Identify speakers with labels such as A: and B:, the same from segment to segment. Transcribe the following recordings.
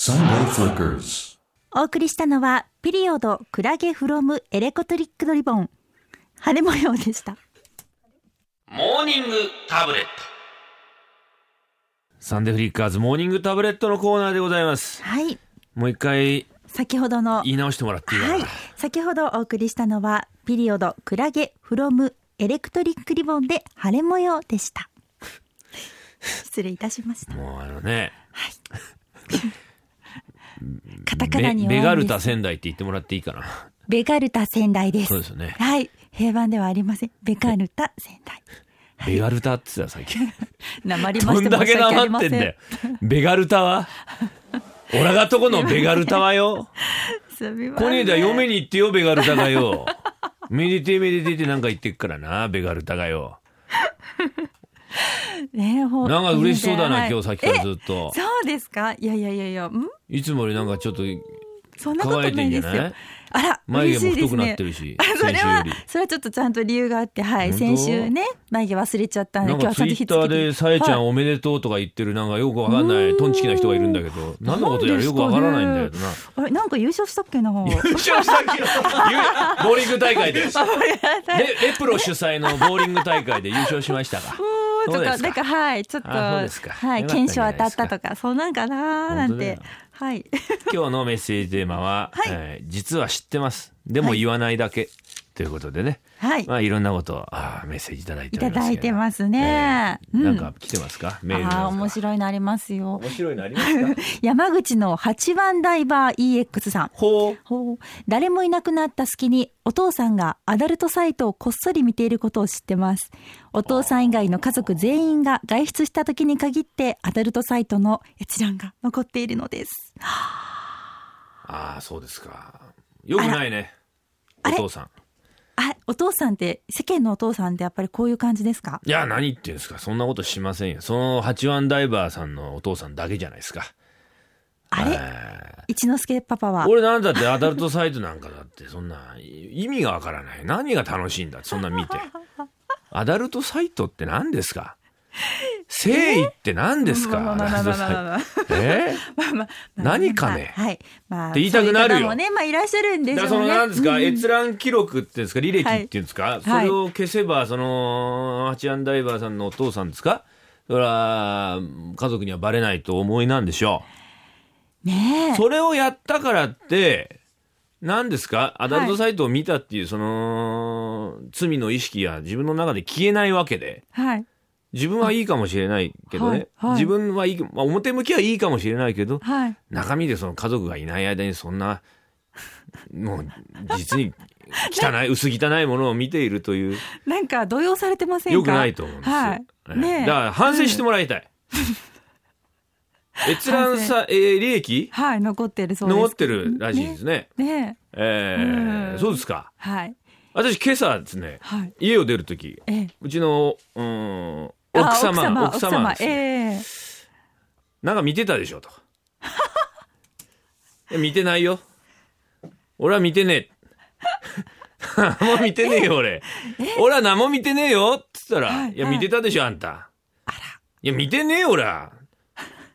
A: Sunday Flickers.
B: お送りしたのは、ピリオド、クラゲフロム、エレコトリックのリボン、晴れ模様でした。
C: モーニングタブレットサンデーフリッカーズモーニングタブレットのコーナーでございます
B: はい。
C: もう一回
B: 先ほどの、
C: 言い直してもらっていいかな、
B: はい。先ほどお送りしたのは、ピリオド、クラゲ、フロム、エレクトリックリボンで晴れ模様で した。失礼いたしました。
C: もうあのね
B: カタカナ
C: ベ
B: には
C: ベガルタ
B: 仙
C: 仙台って言ってもらっていいかな
B: ベガルタ仙台です。
C: そうですよね
B: はい。平板ではありません。ベガルタ仙台。
C: ベガルタって言ってた 最近
B: なまりま
C: ど
B: して
C: んだ
B: 申し
C: け
B: 訳あ
C: な
B: りま
C: まって
B: せ
C: ん
B: ん。
C: だよベガル タはオラがとこのベガルタはよ
B: すみません。
C: コニーだ嫁に行ってよベガルタがよめでてえめでてえってなんか言ってっからなベガルタがよ
B: ねえ、ほ
C: なんか嬉しそうだな、
B: いいね
C: 今日さっきからずっと
B: えそうですかいやいやいやいや、ん
C: いつもよりなんかちょっと
B: そんなことないです
C: 乾いてんじゃな
B: よ
C: い。
B: あら、
C: 眉
B: 嬉しい
C: 毛も
B: で
C: 太
B: す
C: くなっ
B: ね
C: て。るし、
B: あそ
C: 先
B: れ
C: 週よ
B: は
C: り。
B: それはちょっとちゃんと理由があってはい
C: 本当
B: 先週ね眉毛忘れちゃったんで
C: な
B: 今
C: ん
B: 日
C: か
B: は
C: ツ
B: ちゃん
C: イ
B: と引き
C: ッ
B: 継
C: ター
B: ぎ
C: で、
B: に
C: さえちゃ
B: は
C: んおめでとうとか言ってる、なんかよくわかんな
B: うー
C: い、
B: ん
C: トンチキな人がいるんだけど、何のことやらよくわからないんだよな。
B: いあれなんか優勝したっけな
C: 優勝したっけゆボーリング大 会で。レレプロ主催のボーリング大会で優勝しましたか。
B: と
C: そうで
B: か
C: すか
B: なんかはいちょっと
C: あそうですか
B: はい
C: よかったん
B: 検
C: じ
B: 証
C: ゃな
B: 当
C: い
B: た
C: で
B: っ
C: すか
B: たとかそうなんかなーなんてはい
C: 今日のメッセージテーマは、
B: はい
C: えー実は知ってます。でも言わないだけ。ということでね。
B: はい
C: まあいろんなことをあーメッセージいただいて
B: い
C: おり
B: た
C: ますけど。
B: だいてますね
C: えー
B: う
C: なん
B: ん
C: か来てますかメールなん
B: あー
C: か
B: 面白いのありますよ
C: 面白いのありますか
B: 山口の八番ダイバー EX さん
C: ほう。
B: ほう誰もいなくなった隙にお父さんがアダルトサイトをこっそり見ていることを知ってますお父さん以外の家族全員が外出した時に限ってアダルトサイトの閲覧が残っているのです
C: ああそうですかよくないねお
B: あれ
C: 父さん
B: あお父さんって世間のお父さんってやっぱりこういう感じですか
C: いや何言ってんですかそんなことしませんよその八番ダイバーさんのお父さんだけじゃないですか
B: あ
C: え
B: れ一之輔パパ
C: ー
B: は
C: 俺なんだってアダルトサイトなんかだってそんない意味がわからない何が楽しいんだってそんな見てアダルトサイトって何ですか誠意って何です
B: ま
C: か
B: あま
C: ア
B: あま
C: ダ
B: あ
C: ル
B: まあ
C: ト
B: まあまあ
C: サ
B: まあ
C: イトえ
B: まあまあまあ
C: 何かね
B: はいまあ
C: って言いたくな
B: そうい
C: るよ
B: う方もねまあいらっしゃるんで
C: だ
B: し
C: か
B: ょ
C: らその
B: うね
C: 何ですか、
B: うん
C: 閲覧記録っていうんですか履歴っていうんですか、それを消せばその八安ダイバーさんのお父さんですかそれは家族にはバレないと思いなんでしょ
B: ね
C: うそれをやったからって何ですかアダルトサイトを見たっていうその罪の意識が自分の中で消えないわけで
B: えはい
C: 自分はいいかもしれないけどね、
B: はいはい
C: 自分はいい、まあ、表向きはいいかもしれないけど、
B: はい
C: 中身でその家族がいない間にそんなもう実に 汚い薄汚いものを見ているという
B: なんか動揺されてませんか
C: よくないと思うんですよ、
B: はい
C: ええ
B: ねえ
C: だから反省してもらいたい、閲覧さ、えー、利益
B: はい、残ってるそうです。
C: 残ってるらしいですね
B: ね。ねえ
C: えー
B: うん
C: そうですか
B: はい。
C: 私今朝ですね
B: はい。
C: 家を出る時
B: ええ。
C: うちのうん
B: あ
C: 奥様が奥様がです
B: え
C: ね
B: え
C: なんか見てたでしょと いや見てないよ俺は見てねえ 何も見てねえよ俺俺は何も見てねえよっつったら、
B: はい
C: い、や
B: はい
C: 見てたでしょあんたいや見てねえよ俺は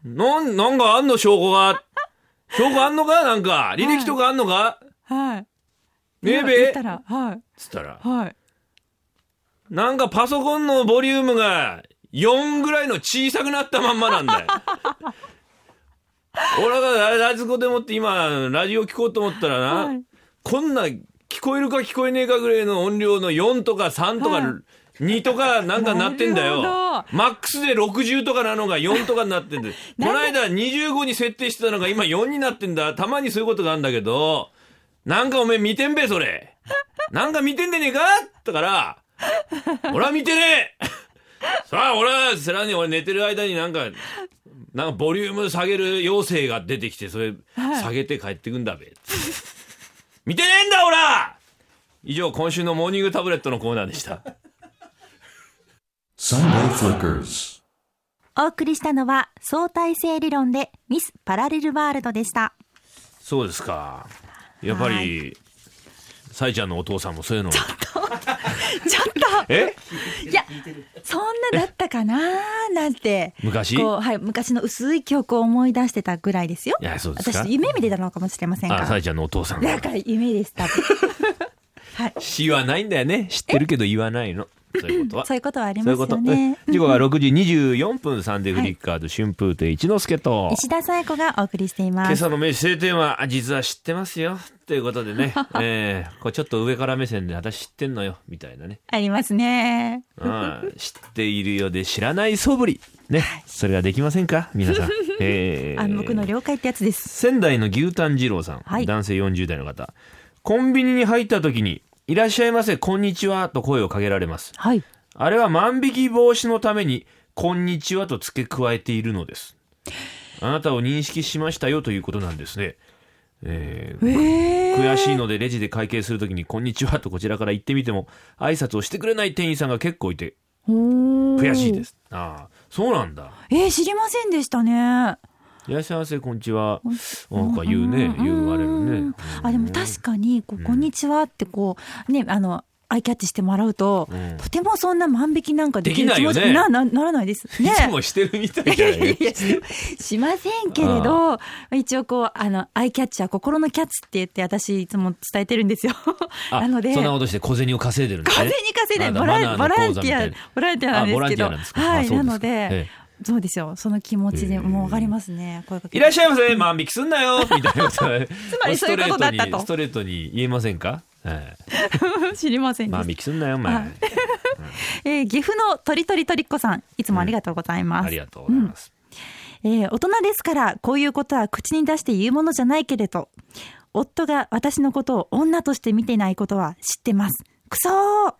C: なんなんかあんの証拠が証拠あんのかなんか履歴とかあんのか、
B: はい。
C: ねえ
B: 言
C: べっ
B: ったら、はい。
C: つったら
B: はい。
C: なんかパソコンのボリュームが4ぐらいの小さくなったまんまな んだよ。俺がラジコでもって今ラジオ聞こうと思ったらな、
B: はい
C: こんな聞こえるか聞こえねえかぐらいの音量の4とか3と
B: はい
C: か2とかなんかなってんだよ
B: なるほど。
C: マックスで60とかなのが4とかになってんだよ。こ
B: なん
C: の
B: で
C: 間25に設定してたのが今4になってんだ。たまにそういうことがあるんだけど、なんかおめえ見てんべそれ。なんか見てんでねえかだから、俺は見てねえさあ、俺は、さらに俺寝てる間になんか、なんかボリューム下げる要請が出てきて、それ
B: はい
C: 下げて帰ってくんだべ。見てねえんだ、俺は以上、今週のモーニングタブレットのコーナーでした。
A: Sunday Flickers.
B: お送りしたのは、相対性理論でミス・パラレルワールドでした。
C: そうですか。やっぱ
B: は
C: り、さいちゃんのお父さんもそういうのを
B: ちょっと
C: え
B: いやそんなだったかなーなんて
C: 昔
B: こう、はい、昔の薄い記憶を思い出してたぐらいですよ
C: いやそうですか
B: 私夢見てたのかもしれません
C: あ、さ
B: が
C: えちゃんのお父さん
B: だ
C: が。
B: から夢で したってはい
C: 言わないんだよね。知ってるけど言わないの。そういうことは。
B: そういうことはあり
C: そうい
B: ま
C: う
B: す
C: こ
B: よ
C: と。
B: ね
C: 時刻は6時24分サンデーフリッカーズ春風亭一之輔と。
B: 石田紗友子がお送りしていま
C: 今
B: す
C: 朝の名刺晴天は、あ実は知ってますよ。ということで ね。えー、こうちょっと上から目線で、私知ってんのよ。みたいなね。
B: ありますね
C: うん、 知っているようで知らない素振り。ね。それができませんか 皆さん。えー
B: 暗黙の了解ってやつです
C: 仙台の牛タン二郎さん、
B: はい
C: 男性40代の方コンビニに入った時に「いらっしゃいませこんにちは」と声をかけられます
B: はい
C: あれは万引き防止のために「こんにちは」と付け加えているのですあなたを認識しましたよということなんですね、えー
B: え
C: 悔しいのでレジで会計するときに「こんにちは」とこちらから言ってみても挨拶をしてくれない店員さんが結構いて悔
B: 悔
C: しいですああそうなんだ
B: えー、知りませんでしたね
C: いらっしゃいませこんにちはなんか言うね言われる
B: う
C: ね
B: んあでも確かにこうこんにちはってこうねあのアイキャッチしてもらうと、
C: うん
B: とてもそんな万引きなんかできる
C: できないよ
B: 気
C: ね
B: 持ちななならないですね。
C: いつもしてるみたいじゃない
B: いやいやしませんけれど一応こうあのアイキャッチは心のキャッチって言って私いつも伝えてるんですよ。
C: あ
B: なので
C: そんなことして小銭を稼いでるんです
B: 風
C: ね
B: に稼いで
C: なんだ
B: ボラ
C: マ
B: ボ
C: ナ
B: ラ
C: ーの
B: ンテ
C: 講座み
B: ィ
C: たい
B: ア
C: な
B: ボランティア
C: あボ
B: なん
C: ラン
B: ですけ
C: ティ
B: ど
C: アなんですか
B: は
C: あ
B: い
C: そう
B: なの
C: ですか
B: で
C: え
B: そうですよその気持ちでもうわかりますね声かけ
C: いらっしゃいませ万引きすんな よみたいなつ
B: まりそういうことだったと
C: ストレートに言えませんか、ええ
B: 知りませんで
C: 万
B: した。
C: 引きすんなよお前
B: あえー岐阜のとりとりとりっこさんいつもありがとうございます。
C: ありがとうございます、
B: えー大人ですからこういうことは口に出して言うものじゃないけれど夫が私のことを女として見ていないことは知ってますくそー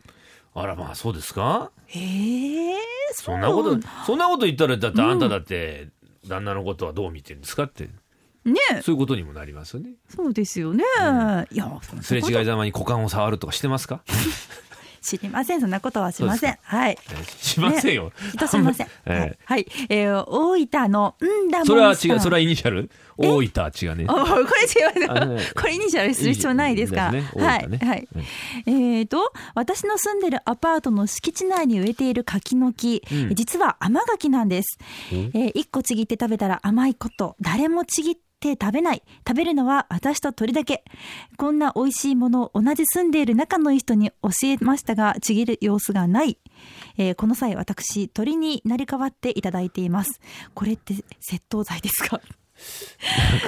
C: あらまあそうですか
B: えー、
C: そんなこと
B: ね
C: そんなこと言ったらだってあんただって旦那のことはどう見てるんですかって
B: え
C: そういうことにもなりますよね
B: そうですよね、いやそんな
C: すれ
B: こと
C: 違いざまに股間を触るとかして ますか
B: 知りませんそんなことはしませんはい
C: えしません よ、
B: きっとしません
C: ええ
B: はい、はいえー大分のんだもんさん
C: それは違うそれはイニシャル大分は違うね
B: あこれ違う
C: あね
B: これイニシャルする必要ないですから。
C: いいですね
B: は
C: 多
B: い、
C: いからね
B: はい。えっ、と、私の住んでるアパートの敷地内に植えている柿の木、
C: うん
B: 実は甘柿なんです。えー一個ちぎって食べたら甘いこと、誰もちぎって。食べない食べるのは私と鳥だけこんな美味しいものを同じ住んでいる仲のいい人に教えましたがちぎる様子がない、えーこの際私鳥になり変わっていただいていますこれって窃盗罪ですか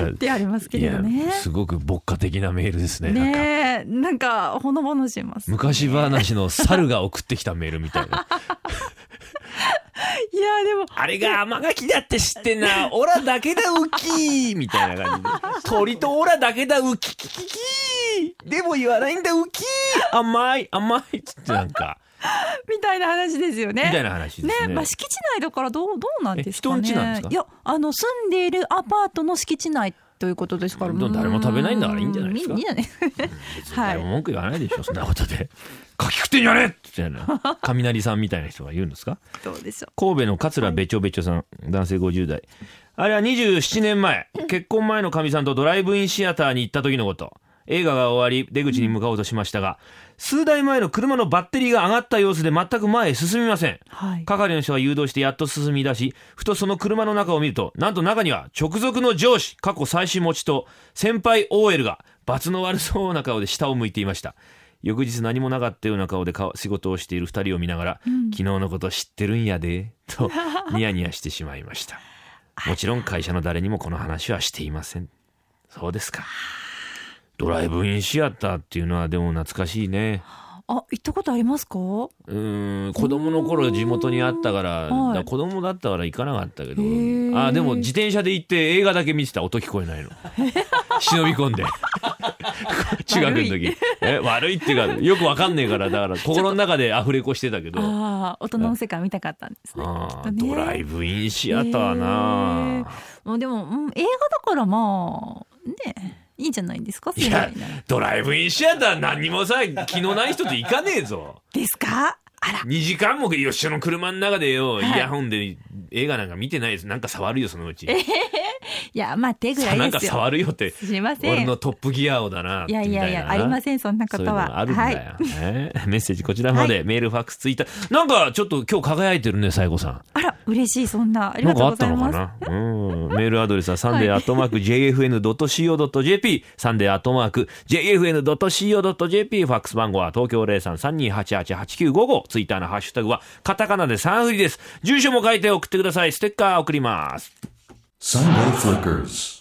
C: な
B: っ
C: ん
B: てありますけ
C: い
B: れど
C: や
B: ね
C: すごく牧歌的なメールですねなんか
B: ねえなんかほのぼのします
C: 昔話の猿が送ってきたメールみたい な
B: いやでも
C: あれが甘柿だって知ってんなオラだけだウキーみたいな感じで鳥とオラだけだウキキキキーでも言わないんだウキー甘い甘いっつってなんか
B: みたいな話ですよね
C: みたいな話で
B: ね
C: すね
B: まあ、敷地内だからどうどうなんですかね
C: え人んちなんですか
B: いやあの住んでいるアパートの敷地内ということですから
C: どう誰も食べないんだからいいんじゃないですか
B: うんいいんじゃない
C: 別に誰も文句言わないでしょそんなことで 柿食ってんじゃねえみたいな雷さんみたいな人が言うんですか
B: どうでしょ
C: 神戸の桂べちょべちょさん、男性50代あれは27年前結婚前のかみさんとドライブインシアターに行った時のこと映画が終わり出口に向かおうとしましたが数台前の車のバッテリーが上がった様子で全く前へ進みません
B: うはい
C: 係の人が誘導してやっと進み出しふとその車の中を見るとなんと中には直属の上司過去最新持ちと先輩 OL が罰の悪そうな顔で下を向いていました翌日何もなかったような顔でか仕事をしている2人を見ながら、昨日のこと知ってるんやで とニヤニヤしてしまいましたもちろん会社の誰にもこの話はしていませんそうですかドライブインシアターっていうのはでも懐かしいね
B: あ行ったことありますか
C: うーん子供の頃地元にあったから
B: うんはい
C: だから子供だったから行かなかったけど
B: へー
C: あでも自転車で行って映画だけ見てた音聞こ えないの忍び込んで中学の
B: 悪
C: 時え悪いっていうかよくわかんねえからだから心の中でアフレコしてたけどあ
B: ああ大人の世界見たかったんですね
C: あ
B: き
C: ー
B: っとね
C: ドライブインシアターなあ
B: もうでも、うん、映画だからまあねいいんじゃないですか
C: い
B: 世
C: や
B: 代なら
C: ドライブインシアター何にもさ気のない人と行かねえぞ
B: ですかあら
C: 2時間も一緒の車の中でよ、
B: い
C: イヤホンで映画なんか見てないですなんか触るよそのうち
B: いや、まあ手ぐら
C: ないん
B: で
C: か
B: すよ。
C: 触るよって
B: すいませ
C: 俺
B: ん。
C: のトップギアをだなみ
B: い
C: た
B: や
C: い
B: い
C: な
B: やいや、ありません、そんなこ
C: そう
B: と
C: いう
B: は
C: の。があるん
B: は
C: だよ、
B: い。
C: ね メッセージこちらまで、メールファックスツイッターなんかちょっと今日輝いてるね西郷さん
B: あら、嬉しい、そんな。あり
C: な
B: が
C: んか
B: とう
C: あ
B: ご
C: った
B: ざい
C: のか
B: ます。
C: なうんメールア ドレスはサンデーアットマーク JFN.CO.JP サンデーアットマーク JFN.CO.JP ファックス番号は東京0332888955ツイッターのハッシュタグはカタカナでサンフリです住所も書いて送ってくださいステッカー送ります
A: Sunday Flickers.